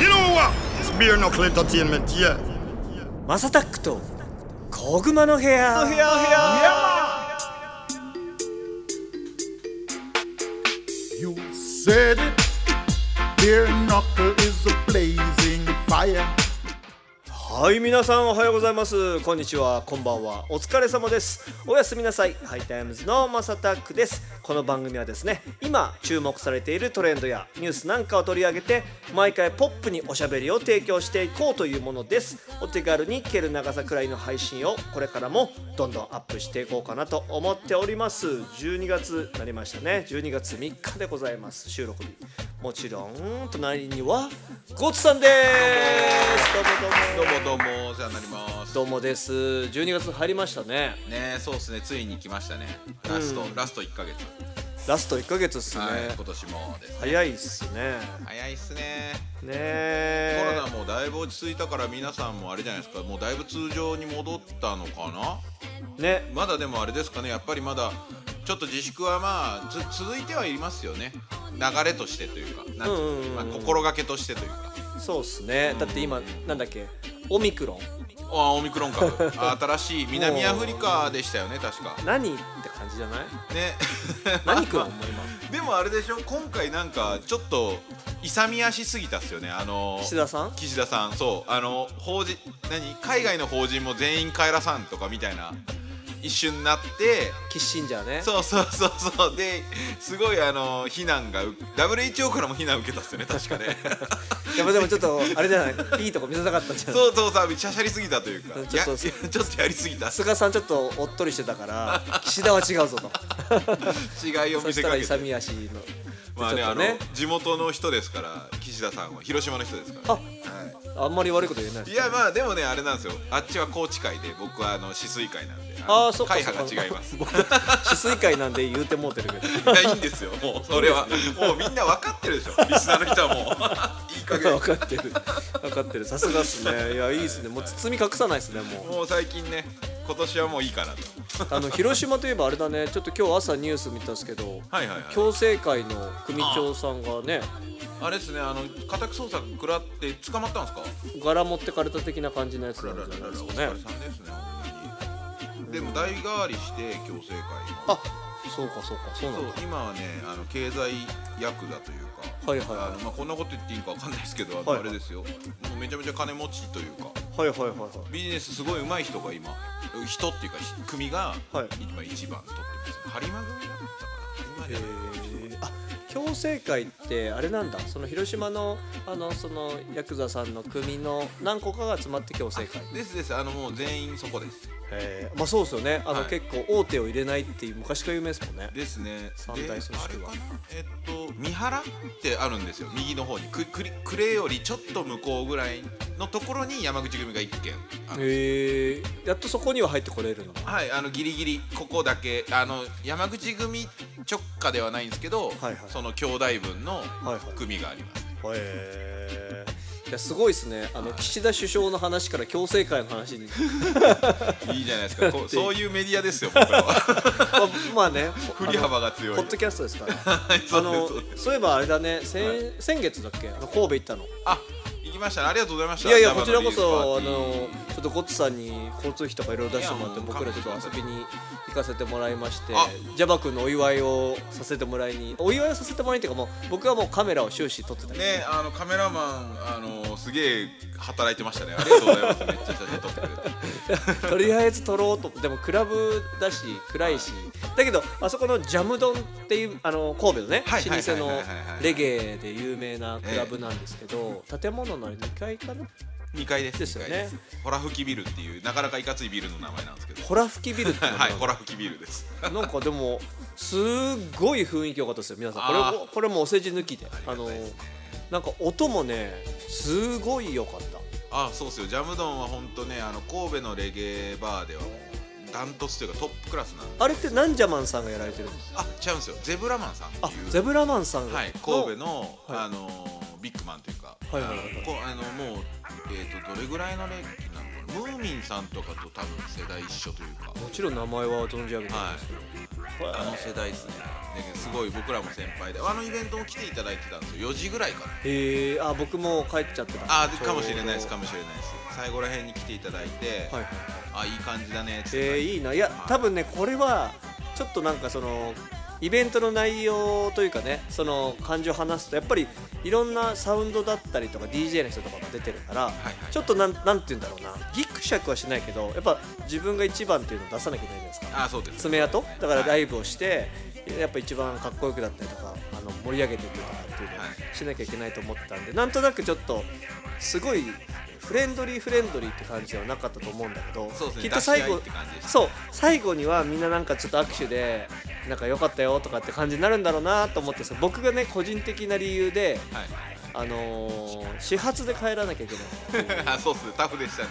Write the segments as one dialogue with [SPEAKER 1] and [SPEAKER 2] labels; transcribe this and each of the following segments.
[SPEAKER 1] You know what? It's beer knuckle entertainment, yeah.
[SPEAKER 2] マサタックと小熊の部屋
[SPEAKER 3] You said it. Beer knuckle is a blazing fire.
[SPEAKER 2] はい皆さんおはようございますこんにちはこんばんはお疲れ様ですおやすみなさいハイタイムズのマサタックですこの番組はですね今注目されているトレンドやニュースなんかを取り上げて毎回ポップにおしゃべりを提供していこうというものですお手軽に聞ける長さくらいの配信をこれからもどんどんアップしていこうかなと思っております12月になりましたね12月3日でございます収録日もちろん隣にはゴツさんですどうもどうも
[SPEAKER 4] どうもどうもお世話になります
[SPEAKER 2] どうもです。12月入りましたね。
[SPEAKER 4] ねそうですねついに来ましたねラスト、ラスト1ヶ月、
[SPEAKER 2] ラスト1ヶ月っすね。
[SPEAKER 4] はい今年もです
[SPEAKER 2] 早いっすね。
[SPEAKER 4] 早いっすね、
[SPEAKER 2] ね
[SPEAKER 4] コロ
[SPEAKER 2] え。
[SPEAKER 4] ナもだいぶ落ち着いたから皆さんもあれじゃないですかもうだいぶ通常に戻ったのかな
[SPEAKER 2] ね。
[SPEAKER 4] まだでもあれですかねやっぱりまだちょっと自粛はまあず続いてはいますよね流れとしてというかなんていう
[SPEAKER 2] うんうんうん
[SPEAKER 4] まあ、心がけとしてというか
[SPEAKER 2] そうっすね。だって今、なんだっけ、オミクロン。
[SPEAKER 4] あオミクロ ン株あ新しい南アフリカでしたよね確か
[SPEAKER 2] 何って感じじゃない
[SPEAKER 4] ね
[SPEAKER 2] 何クロンも今。
[SPEAKER 4] でもあれでしょ今回なんかちょっと勇み足すぎたっすよねあの
[SPEAKER 2] 岸田さん
[SPEAKER 4] 岸田さんそうあの法人何海外の法人も全員帰らさんとかみたいな一瞬になって
[SPEAKER 2] キッシンジャーね。
[SPEAKER 4] そうそうそうそうですごいあの非難がう WHO からも非難受けたっすよね確かね
[SPEAKER 2] やっぱでもちょっと、あれじゃないいいとこ見せたかったんじゃない
[SPEAKER 4] そうそうそうしゃしゃりすぎたというか
[SPEAKER 2] ちょっと
[SPEAKER 4] やいやちょっとやりすぎた
[SPEAKER 2] 菅さんちょっとおっとりしてたから、岸田は違うぞと。
[SPEAKER 4] 違いを
[SPEAKER 2] そ
[SPEAKER 4] 見
[SPEAKER 2] し
[SPEAKER 4] せ
[SPEAKER 2] たら
[SPEAKER 4] かけ
[SPEAKER 2] 勇
[SPEAKER 4] て
[SPEAKER 2] み足の。
[SPEAKER 4] まあ
[SPEAKER 2] ち
[SPEAKER 4] ね
[SPEAKER 2] ょっと
[SPEAKER 4] あの地元の人ですから岸田さんは広島の人ですから、ね、はい
[SPEAKER 2] あんまり悪いこと言えないです
[SPEAKER 4] いやまあでもねあれなんですよあっちは高知会で僕はあの止水会なんで
[SPEAKER 2] あ
[SPEAKER 4] の
[SPEAKER 2] あ、そっか
[SPEAKER 4] 会
[SPEAKER 2] そっか。
[SPEAKER 4] 派が違います
[SPEAKER 2] 僕。止水会なんで言うてもうてるけど。
[SPEAKER 4] いやいいんですよもうそれはもうみんな分かってるでしょリスナーの人はもう いい加減
[SPEAKER 2] 分かってる分かってるさすがっすねいやいいっすねもう包み隠さないっすねも
[SPEAKER 4] もう最近ね今年はもういいかなと
[SPEAKER 2] うあの広島といえばあれだねちょっと今日朝ニュース見たんですけど
[SPEAKER 4] はいはいはい
[SPEAKER 2] 共生会の組長さんがね
[SPEAKER 4] あれですねあの家宅捜索食らって捕まったんですか
[SPEAKER 2] 柄持ってかれた的な感じのやつ
[SPEAKER 4] あら
[SPEAKER 2] な
[SPEAKER 4] らら
[SPEAKER 2] んじゃ
[SPEAKER 4] ら
[SPEAKER 2] ない
[SPEAKER 4] お
[SPEAKER 2] です
[SPEAKER 4] 疲
[SPEAKER 2] かね
[SPEAKER 4] れさんですね本当にでも代替わりして共生会
[SPEAKER 2] あそうかそうかそうな
[SPEAKER 4] そ
[SPEAKER 2] ん
[SPEAKER 4] う
[SPEAKER 2] だ
[SPEAKER 4] 今はねあの経済ヤクザというか
[SPEAKER 2] はいはいはい
[SPEAKER 4] あのまあ、こんなこと言っていいんかわかんないですけどあの
[SPEAKER 2] はい
[SPEAKER 4] あれですよ、もうめちゃめちゃ金持ちというか
[SPEAKER 2] はいはいはいは
[SPEAKER 4] ビジネスすごい上手い人が今人っていうかひ組が
[SPEAKER 2] はい
[SPEAKER 4] 今一番取ってます、ね、播磨組だったかな播磨
[SPEAKER 2] い
[SPEAKER 4] じ
[SPEAKER 2] へ
[SPEAKER 4] ゃな
[SPEAKER 2] え
[SPEAKER 4] い
[SPEAKER 2] あ共生会ってあれなんだその広島のあのそのヤクザさんの組の何個かが集まって共生会
[SPEAKER 4] ですですあのもう全員そこです
[SPEAKER 2] へえまあそうっすよねあの、
[SPEAKER 4] はい
[SPEAKER 2] 結構大手を入れないっていう昔から有名ですもんね
[SPEAKER 4] ですね
[SPEAKER 2] 三
[SPEAKER 4] で
[SPEAKER 2] 大組織は
[SPEAKER 4] あれかなえっと三原ってあるんですよ右の方にくくりクレよりちょっと向こうぐらいのところに山口組が一軒ある
[SPEAKER 2] へえやっとそこには入ってこれるの
[SPEAKER 4] はいあのギリギリここだけあの山口組直下ではないんですけど、
[SPEAKER 2] はいはい
[SPEAKER 4] その兄弟分の
[SPEAKER 2] はい
[SPEAKER 4] 組があります、
[SPEAKER 2] へえいやすごいですねあの岸田首相の話から共生会の話に
[SPEAKER 4] い、いじゃないですかこうそういうメディアですよ僕ら は
[SPEAKER 2] まあまあね
[SPEAKER 4] 振り幅が強い
[SPEAKER 2] あのポッドキャストですから
[SPEAKER 4] はい そ
[SPEAKER 2] あ
[SPEAKER 4] うです
[SPEAKER 2] の
[SPEAKER 4] そうです
[SPEAKER 2] そういえばあれだね先,、
[SPEAKER 4] は
[SPEAKER 2] 先月だっけあの神戸行ったの
[SPEAKER 4] あ行きましたねありがとうございまし
[SPEAKER 2] い
[SPEAKER 4] た
[SPEAKER 2] やいや
[SPEAKER 4] 生
[SPEAKER 2] こ
[SPEAKER 4] の
[SPEAKER 2] ちらこそあ
[SPEAKER 4] リリースパーティ
[SPEAKER 2] の
[SPEAKER 4] ー
[SPEAKER 2] ちょっとゴッツさんに交通費とかいろいろ出してもらって
[SPEAKER 4] いやもう
[SPEAKER 2] 僕らちょっと遊びに行かせてもらいまして
[SPEAKER 4] あ
[SPEAKER 2] ジャバ君のお祝いをさせてもらいにお祝いをさせてもらいにっていうかもう僕はもうカメラを終始撮ってたけど
[SPEAKER 4] ねあのカメラマンあのすげえ働いてましたねありがとうございますめっちゃ写真撮ってくれて
[SPEAKER 2] とりあえず撮ろうとでもクラブだし暗いしだけどあそこのジャムドンっていうあの神戸のね老
[SPEAKER 4] はいはい
[SPEAKER 2] 舗
[SPEAKER 4] はい
[SPEAKER 2] の
[SPEAKER 4] はいはいはい
[SPEAKER 2] レゲエで有名なクラブなんですけど建物の2階かな
[SPEAKER 4] 2階です
[SPEAKER 2] ですよね
[SPEAKER 4] 二階ホラ吹きビルっていうなかなかいかついビルの名前なんですけど
[SPEAKER 2] ホラ吹きビルっていうのが
[SPEAKER 4] はいホラ吹きビルです
[SPEAKER 2] なんかでもすっごい雰囲気良かったですよ皆さんこれ
[SPEAKER 4] あ
[SPEAKER 2] もこれもお世辞抜きであ
[SPEAKER 4] ありが
[SPEAKER 2] の
[SPEAKER 4] たいですね
[SPEAKER 2] なんか音もねすごい良かった
[SPEAKER 4] あそうっすよジャムドンは本当ねあの神戸のレゲエバーではもうダントツというかトップクラスなんで
[SPEAKER 2] あれってなんじゃマンさんがやられてるんです
[SPEAKER 4] あ違うんですよゼブラマンさんって
[SPEAKER 2] あ
[SPEAKER 4] いう
[SPEAKER 2] ゼブラマンさんが
[SPEAKER 4] はい、神戸の、
[SPEAKER 2] はい
[SPEAKER 4] あのービッグマンというか、
[SPEAKER 2] はいはいはい
[SPEAKER 4] あのこあのもう、えー、とどれぐらいの歴なのかなムーミンさんとかと多分世代一緒というか
[SPEAKER 2] もちろん名前は存じ上げてるんですけど
[SPEAKER 4] は
[SPEAKER 2] これ
[SPEAKER 4] あの世代ですねですごい僕らも先輩であのイベントも来ていただいてたんですよ4時ぐらいから
[SPEAKER 2] えー、あ僕もう帰っちゃってた
[SPEAKER 4] あーでかもしれないですか
[SPEAKER 2] も
[SPEAKER 4] もしれないです最後らへんに来ていただいて、
[SPEAKER 2] はいはい
[SPEAKER 4] あいい感じだねっつって、
[SPEAKER 2] えー、いいないや多分ねこれはちょっとなんかそのイベントの内容というかねその感じを話すとやっぱりいろんなサウンドだったりとか DJ の人とかが出てるから、
[SPEAKER 4] はい
[SPEAKER 2] ちょっとなんなんて言うんだろうなギクシャクはしないけどやっぱ自分が一番っていうのを出さなきゃいけないじゃないですか
[SPEAKER 4] あーそうです
[SPEAKER 2] 爪痕だからラ
[SPEAKER 4] はい
[SPEAKER 2] イブをしてやっぱ一番かっこよくだったりとかあの盛り上げていくとかっていうの
[SPEAKER 4] は
[SPEAKER 2] をしなきゃいけないと思ってたんでなんとなくちょっとすごいフレンドリーフレンドリーって感じではなかったと思うんだけど
[SPEAKER 4] そうですね
[SPEAKER 2] きっと最後
[SPEAKER 4] 出し合いって感じでした
[SPEAKER 2] そう最後にはみんななんかちょっと握手でなんか良かったよとかって感じになるんだろうなと思ってですよ僕がね個人的な理由で、
[SPEAKER 4] はい
[SPEAKER 2] あのー始発で帰らなきゃいけない。
[SPEAKER 4] あ そうっすタフでしたね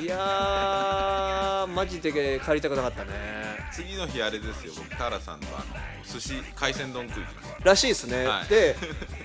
[SPEAKER 2] いやー、マジで帰りたくなかったね。
[SPEAKER 4] 次の日あれですよ僕田原さんとあの寿司海鮮丼食いに行きま
[SPEAKER 2] らしいですね、
[SPEAKER 4] はい
[SPEAKER 2] で、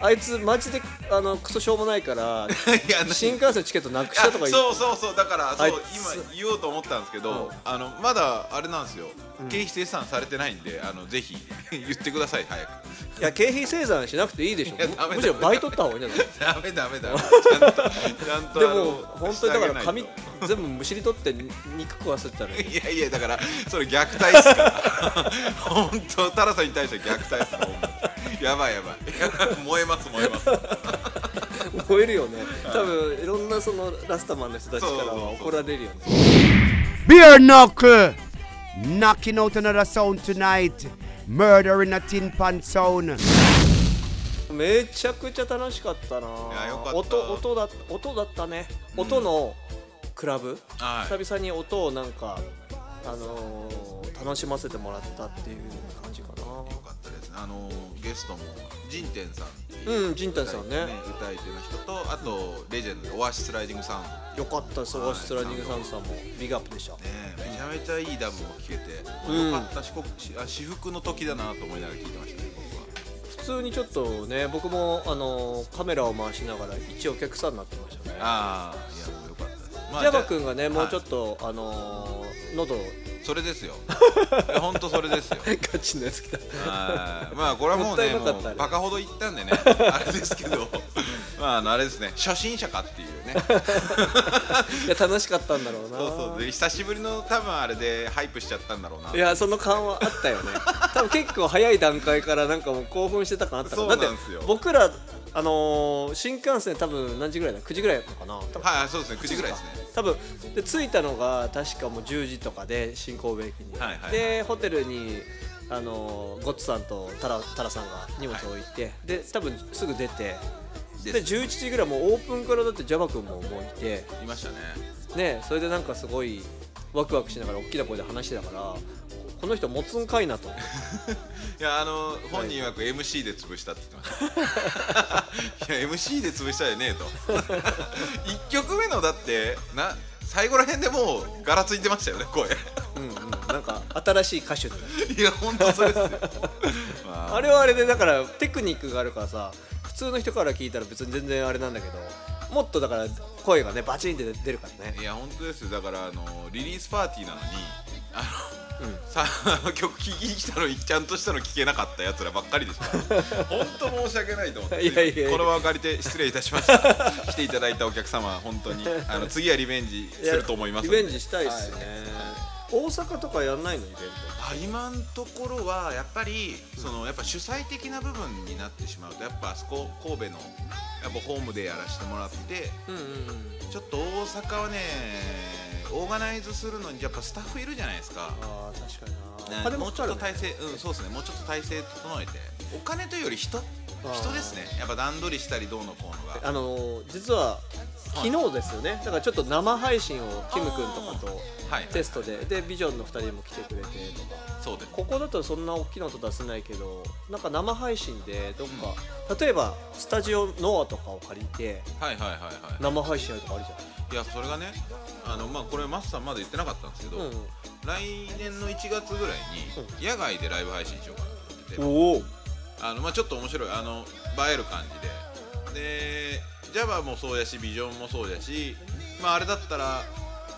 [SPEAKER 2] あいつ、マジであのクソしょうもない から、
[SPEAKER 4] したいやなんか
[SPEAKER 2] 新幹線のチケットなくしたとか
[SPEAKER 4] あ
[SPEAKER 2] 言
[SPEAKER 4] そうそうそうだから
[SPEAKER 2] あ
[SPEAKER 4] そ
[SPEAKER 2] いう
[SPEAKER 4] 今言おうと思ったんですけど、あのまだあれなんですよ、経費精算されてないんであのぜひ 言ってください早く
[SPEAKER 2] いや、経費精算しなくていいでしょ、
[SPEAKER 4] いやダメだ
[SPEAKER 2] むむしろ倍取った方がいいんじゃな い
[SPEAKER 4] ダメダ メダメちゃんとちゃんと
[SPEAKER 2] で
[SPEAKER 4] あ
[SPEAKER 2] も
[SPEAKER 4] の、
[SPEAKER 2] 本当にだから
[SPEAKER 4] してあげ
[SPEAKER 2] 髪
[SPEAKER 4] ないと、
[SPEAKER 2] 全部むしり取ってに肉食わせてたら、
[SPEAKER 4] いやいやだからそれ虐待っすから 本当タラさんに対して虐待っすからほんまにやばいやばい 燃えます燃えます
[SPEAKER 2] 燃えるよね、多分いろんなそのラスタマンの人たちから
[SPEAKER 4] そう
[SPEAKER 2] は
[SPEAKER 4] そうそう
[SPEAKER 2] 怒られるよね。
[SPEAKER 5] Beer Knuckle knocking out another sound tonight. Murdering a tin pan sound.
[SPEAKER 2] めちゃくちゃ楽しかったなぁ
[SPEAKER 4] やよかった
[SPEAKER 2] 音音だ音だったね、音のクラブ、
[SPEAKER 4] はい
[SPEAKER 2] 久々に音をなんかあのー楽しませてもらったっていう感じか
[SPEAKER 4] よかったですねあのゲストもジンテンさんってい
[SPEAKER 2] うんジンテンさんね
[SPEAKER 4] 歌い手の人とあとレジェンドオアシスライディングサウンド
[SPEAKER 2] なよかったです
[SPEAKER 4] はい
[SPEAKER 2] オアシスランディングサウンドさんもビッグアップでした、
[SPEAKER 4] ねえめちゃめちゃいいダムを聴けて、
[SPEAKER 2] うん
[SPEAKER 4] よかった四国しあ私服の時だなと思いながら聴いてましたね僕
[SPEAKER 2] 普通にちょっとね僕も、あのーカメラを回しながら一お客さんになってましたね
[SPEAKER 4] はああいやもうよかったです、まあ
[SPEAKER 2] ジャバ君がねもうちょっ
[SPEAKER 4] は
[SPEAKER 2] と、あのー喉
[SPEAKER 4] いそれですよいやほんとそれですよ
[SPEAKER 2] ガチのやつ来た
[SPEAKER 4] はいまあこれはもう
[SPEAKER 2] もったい
[SPEAKER 4] ね
[SPEAKER 2] な
[SPEAKER 4] も
[SPEAKER 2] かったね
[SPEAKER 4] うバカほど言った んでねあれですけどまああのあれですね初心者かっていうね
[SPEAKER 2] いや楽しかったんだろうな
[SPEAKER 4] そうそうで久しぶりの多分あれでハイプしちゃったんだろうない
[SPEAKER 2] やその感はあった よね多分結構早い段階からなんかもう興奮してた感あったから
[SPEAKER 4] そうなんですよ
[SPEAKER 2] だって僕らあのー新幹線多分何時ぐらいだ9時ぐらいだったかな多分
[SPEAKER 4] はいそうですね9時ぐらいですね
[SPEAKER 2] 多分で着いたのが確かもう10時とかで新神戸駅に、
[SPEAKER 4] はいはいはい
[SPEAKER 2] でホテルにあのーゴッツさんとタラタラさんが荷物を置いて、で多分すぐ出てで
[SPEAKER 4] です
[SPEAKER 2] 11時ぐらいもうオープンからだってジャバ君ももういて
[SPEAKER 4] いましたね
[SPEAKER 2] ねそれでなんかすごいワクワクしながら大きな声で話してたからこの人持つんかいな と。
[SPEAKER 4] いやあの本人曰く MC で潰したって言ってま したいや MC で潰したじゃねえと1曲目のだってな最後らへんでもうガラついてましたよね声
[SPEAKER 2] うんうん、なんか新しい歌手だね
[SPEAKER 4] いやほんとそれで すよ、ま
[SPEAKER 2] あれはあれでだからテクニックがあるからさ普通の人から聞いたら別に全然あれなんだけどもっとだから声がねバチンって出るからね
[SPEAKER 4] いや本当ですよだからあのリリースパーティーなのにあの、さ あの曲聴きに来たのにちゃんとしたの聴けなかったやつらばっかりでした本当申し訳ないと思って
[SPEAKER 2] いやいやいや
[SPEAKER 4] この場を借りて失礼いたしました 来ていただいたお客様本 当にあの次はリベンジすると思います
[SPEAKER 2] リ
[SPEAKER 4] んで
[SPEAKER 2] ベンジしたいっすね、大阪とかやんないのイベン
[SPEAKER 4] あ今のところはやっぱりそのやっぱ主催的な部分になってしまうとやっぱあそこ神戸のやっぱホームでやらせてもらって
[SPEAKER 2] トうんうんうん
[SPEAKER 4] ちょっと大阪はねオーガナイズするのにやっぱスタッフいるじゃないですか。
[SPEAKER 2] あー確かにな
[SPEAKER 4] ね
[SPEAKER 2] お金
[SPEAKER 4] も
[SPEAKER 2] も
[SPEAKER 4] うち
[SPEAKER 2] か
[SPEAKER 4] ょっ
[SPEAKER 2] か
[SPEAKER 4] と
[SPEAKER 2] るね
[SPEAKER 4] 体制、うん、そうですね、もうちょっと体制整えて、お金というより人、
[SPEAKER 2] ー
[SPEAKER 4] 人ですね、やっぱ段取りしたりどうのこうのが、
[SPEAKER 2] あのー実は昨日ですよね、だからちょっと生配信をキム君とかと
[SPEAKER 4] はい、
[SPEAKER 2] テストででビジョンの2人も来てくれてとか
[SPEAKER 4] そうです、
[SPEAKER 2] ここだとそんな大きな音出せないけどなんか生配信でどっか、例えばスタジオノアとかを借りて
[SPEAKER 4] はいはいはいは
[SPEAKER 2] 生配信やるとかあるじ
[SPEAKER 4] い、いや、それがね、あのまあ、これ、マスさんまだ言ってなかったんですけど、
[SPEAKER 2] ゃん、
[SPEAKER 4] 来年の1月ぐらいに、野外でライブ配信しようかなと思ってて、
[SPEAKER 2] おお
[SPEAKER 4] あのまあ、ちょっと面白い、あの映える感じで、で、Java もそうやし、ビジョンもそうやし、まあ、あれだったら、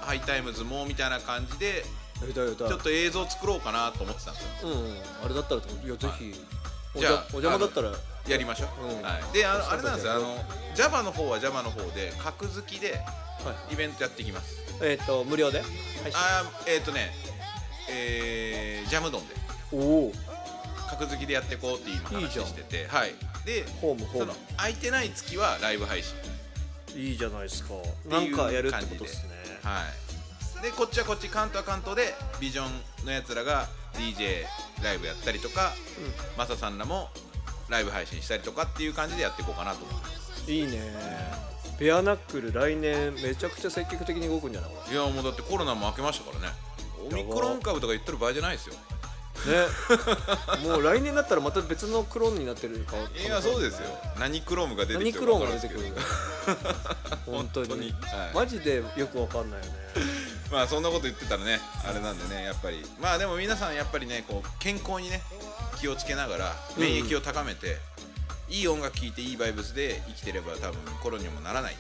[SPEAKER 4] ハイタイムズもみたいな感じで、
[SPEAKER 2] やりたいやりたい
[SPEAKER 4] ちょっと映像作ろうかなと思ってたんですよ
[SPEAKER 2] うんあれだったらといやぜひお
[SPEAKER 4] じ
[SPEAKER 2] じ
[SPEAKER 4] ゃ
[SPEAKER 2] ゃ
[SPEAKER 4] あ
[SPEAKER 2] お邪魔だったら
[SPEAKER 4] やりましょう、
[SPEAKER 2] うん
[SPEAKER 4] はい、であの
[SPEAKER 2] そう
[SPEAKER 4] あれなんですよあの JAMA の方は JAMA の方で格付きでイベントやっていきます、
[SPEAKER 2] えっと無料で配信
[SPEAKER 4] あーえっ、ー、とねえー、ジャムドンで
[SPEAKER 2] おお
[SPEAKER 4] 格付きでやっていこうって今
[SPEAKER 2] いい
[SPEAKER 4] 話
[SPEAKER 2] じゃん
[SPEAKER 4] しててはいで
[SPEAKER 2] ホームホーム
[SPEAKER 4] その空いてない月はライブ配信
[SPEAKER 2] いいじゃないですか
[SPEAKER 4] て
[SPEAKER 2] ないん
[SPEAKER 4] う
[SPEAKER 2] かやるってことですね
[SPEAKER 4] はいでこっちはこっち関東は関東でビジョンのやつらが DJ ライブやったりとか、マサさんらもライブ配信したりとかっていう感じでやっていこうかなと思います
[SPEAKER 2] いいねベアナックル来年めちゃくちゃ積極的に動くんじゃないこ
[SPEAKER 4] いやもうだってコロナも明けましたからねオミクロン株とか言ってる場合じゃないですよ
[SPEAKER 2] れねもう来年だったらまた別のクローンになってるか
[SPEAKER 4] いやそうですよ何クロームが出て
[SPEAKER 2] 何
[SPEAKER 4] きて
[SPEAKER 2] ク
[SPEAKER 4] る
[SPEAKER 2] ロー
[SPEAKER 4] か
[SPEAKER 2] ンが
[SPEAKER 4] 分かんない
[SPEAKER 2] 出
[SPEAKER 4] で
[SPEAKER 2] てく
[SPEAKER 4] すけ
[SPEAKER 2] る
[SPEAKER 4] ど
[SPEAKER 2] よ本当に
[SPEAKER 4] 本当にはい
[SPEAKER 2] マジでよくわかんないよね
[SPEAKER 4] まあそんなこと言ってたらねあれなんでねやっぱりまあでも皆さんやっぱりねこう健康にね気をつけながら
[SPEAKER 2] うん
[SPEAKER 4] 免疫を高めて、いい音楽聴いていいバイブスで生きてれば多分コロにもならないん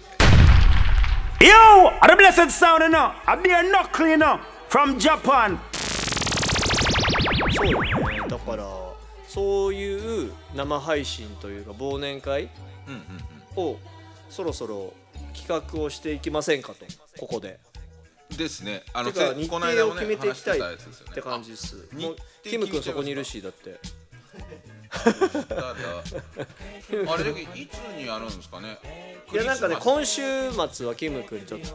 [SPEAKER 4] で
[SPEAKER 6] Yo, I'm the blessed sound, you know. I'm the knuckle, you know, from Japan.
[SPEAKER 2] そうよねだからそういう生配信というか忘年会
[SPEAKER 4] うんうんうん
[SPEAKER 2] をそろそろ企画をしていきませんかとここで
[SPEAKER 4] ですねあの
[SPEAKER 2] てか
[SPEAKER 4] せ
[SPEAKER 2] 日
[SPEAKER 4] この間
[SPEAKER 2] 程を
[SPEAKER 4] もね
[SPEAKER 2] 決めていきたい
[SPEAKER 4] 話してやつですよね
[SPEAKER 2] って感じです
[SPEAKER 4] あ
[SPEAKER 2] もう
[SPEAKER 4] 日
[SPEAKER 2] キ
[SPEAKER 4] 程
[SPEAKER 2] ム
[SPEAKER 4] 決
[SPEAKER 2] 君
[SPEAKER 4] めちゃ
[SPEAKER 2] そ
[SPEAKER 4] いますか
[SPEAKER 2] こにいるしだって
[SPEAKER 4] あだからあれだけいつにやるんですかね
[SPEAKER 2] いやなんかね
[SPEAKER 4] クリスマ
[SPEAKER 2] 今週末はキム君ちょっと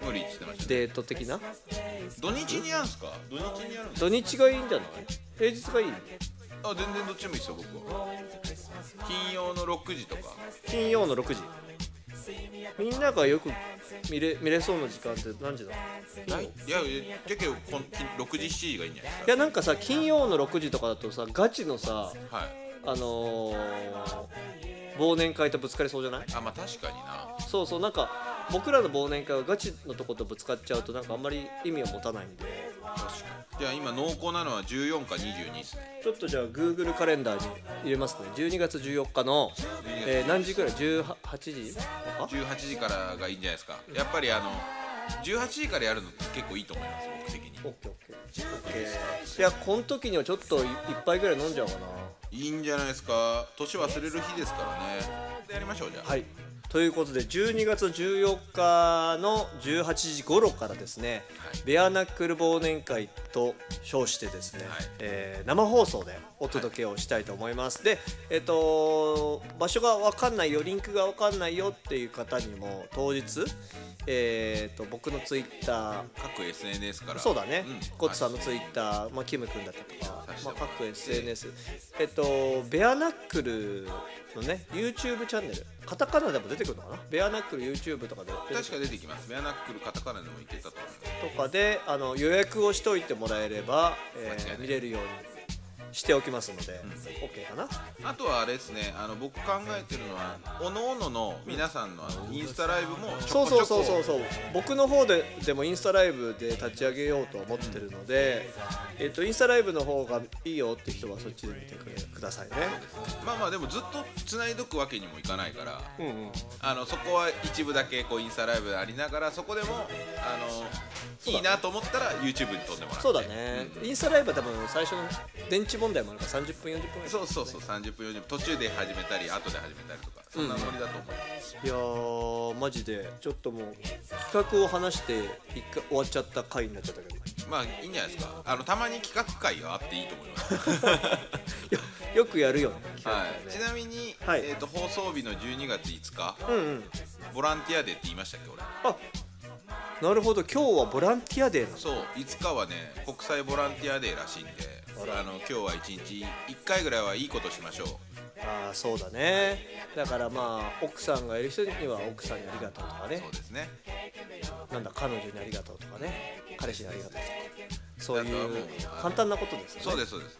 [SPEAKER 4] ス無理って言ってましたね
[SPEAKER 2] デート的な
[SPEAKER 4] 土日にやるんすか土日にやるんです
[SPEAKER 2] 土
[SPEAKER 4] か
[SPEAKER 2] 日がいいんじゃない平日がいい
[SPEAKER 4] あ全然どっちでもいいですよ僕は金曜の6時とか
[SPEAKER 2] 金曜の6時みんながよく見れ見れそうな時間って何時だ
[SPEAKER 4] いやいやだけどこん6時7時がいいんじゃないです
[SPEAKER 2] いやなんかさ金曜の6時とかだとさガチのさ
[SPEAKER 4] かはい
[SPEAKER 2] あのー、忘年会とぶつかりそうじゃない
[SPEAKER 4] あまあ確かにな
[SPEAKER 2] そうそうなんか僕らの忘年会はガチのとことぶつかっちゃうとなんかあんまり意味を持たないんで
[SPEAKER 4] じゃあ今濃厚なのは14か22ですね
[SPEAKER 2] ちょっとじゃあ Google カレンダーに入れますね12月14日の、えー何時くらい18時あ
[SPEAKER 4] 18時からがいいんじゃないですかやっぱりあの18時からやるのって結構いいと思います僕的に
[SPEAKER 2] オッケーオッケーオッケーいやこの時にはちょっとい一杯ぐらい飲んじゃおうかない
[SPEAKER 4] いんじゃないですか年忘れる日ですからねでやりましょうじゃあ
[SPEAKER 2] はいということで12月14日の18時頃からですね、
[SPEAKER 4] はい
[SPEAKER 2] ベアナックル忘年会と称してですね、
[SPEAKER 4] はい
[SPEAKER 2] えー生放送でお届けをしたいと思います、でえっ、と場所が分かんないよリンクが分かんないよっていう方にも当日えっ、と僕のツイッター
[SPEAKER 4] 各 SNS から
[SPEAKER 2] そうだね、
[SPEAKER 4] ん
[SPEAKER 2] コッツさんのツイッター、まあ、キム君だったりとか
[SPEAKER 4] させ、て
[SPEAKER 2] ま
[SPEAKER 4] も
[SPEAKER 2] あ
[SPEAKER 4] らっ、
[SPEAKER 2] 各 SNS、えっと、ベアナックルのね、YouTube チャンネル、カタカナでも出てくるのかな、ベアナックル YouTube とかで出て
[SPEAKER 4] 確
[SPEAKER 2] くる
[SPEAKER 4] か出てきますベアナックルカタカナでもいけたと思います
[SPEAKER 2] とかであの予約をしておいてもらえれば、え
[SPEAKER 4] 間違いな
[SPEAKER 2] ー
[SPEAKER 4] い
[SPEAKER 2] 見れるようにしておきますので、OK かな。
[SPEAKER 4] あとはあれですねあの僕考えてるのはおのおのの皆さんのあのインスタライブもち
[SPEAKER 2] そ
[SPEAKER 4] ょ
[SPEAKER 2] う
[SPEAKER 4] こちょ
[SPEAKER 2] そう
[SPEAKER 4] こ
[SPEAKER 2] そうそうそう僕の方ででもインスタライブで立ち上げようと思ってるので、えっとインスタライブの方がいいよって人はそっちで見てくれくださいね
[SPEAKER 4] まあまあでもずっと繋いどくわけにもいかないから
[SPEAKER 2] うんうん
[SPEAKER 4] あのそこは一部だけこうインスタライブでありながらそこでもあのいいなと思ったら YouTube に飛んでもらって
[SPEAKER 2] そうだね、インスタライブは多分最初の電池問題もあるから30分40分ぐらい
[SPEAKER 4] そうそうそう30分40分途中で始めたり後で始めたりとかそんなノリだと思います、
[SPEAKER 2] いやーマジでちょっともう企画を話して一回終わっちゃった回になっちゃったけ ど
[SPEAKER 4] まあいいんじゃないですかあのたまに企画会があっていいと思います、はい
[SPEAKER 2] よよくやるよね企画ね、
[SPEAKER 4] ちなみに、
[SPEAKER 2] はい
[SPEAKER 4] えー、と放送日の12月5日、
[SPEAKER 2] うんうん
[SPEAKER 4] ボランティアデーって言いましたっけ俺
[SPEAKER 2] あなるほど今日はボランティアデーなんだ
[SPEAKER 4] そう5日はね国際ボランティアデーらしいんであの今日は一日1回ぐらいはいいことしましょう
[SPEAKER 2] ああそうだねだからまあ奥さんがいる人には奥さんにありがとうとかね
[SPEAKER 4] そうですね
[SPEAKER 2] なんだ彼女にありがとうとかね彼氏にありがとうとかそう
[SPEAKER 4] あとはも
[SPEAKER 2] いうう簡単なことですよね
[SPEAKER 4] そうですそうです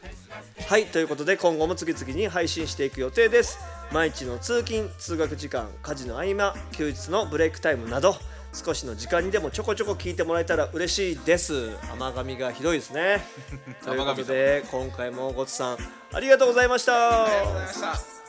[SPEAKER 2] はいということで今後も次々に配信していく予定です毎日の通勤通学時間家事の合間休日のブレイクタイムなど少しの時間にでもちょこちょこ聞いてもらえたら嬉しいです甘噛みがひどいです ねということで今回もごつさんありがとうございました
[SPEAKER 4] ありがとうございました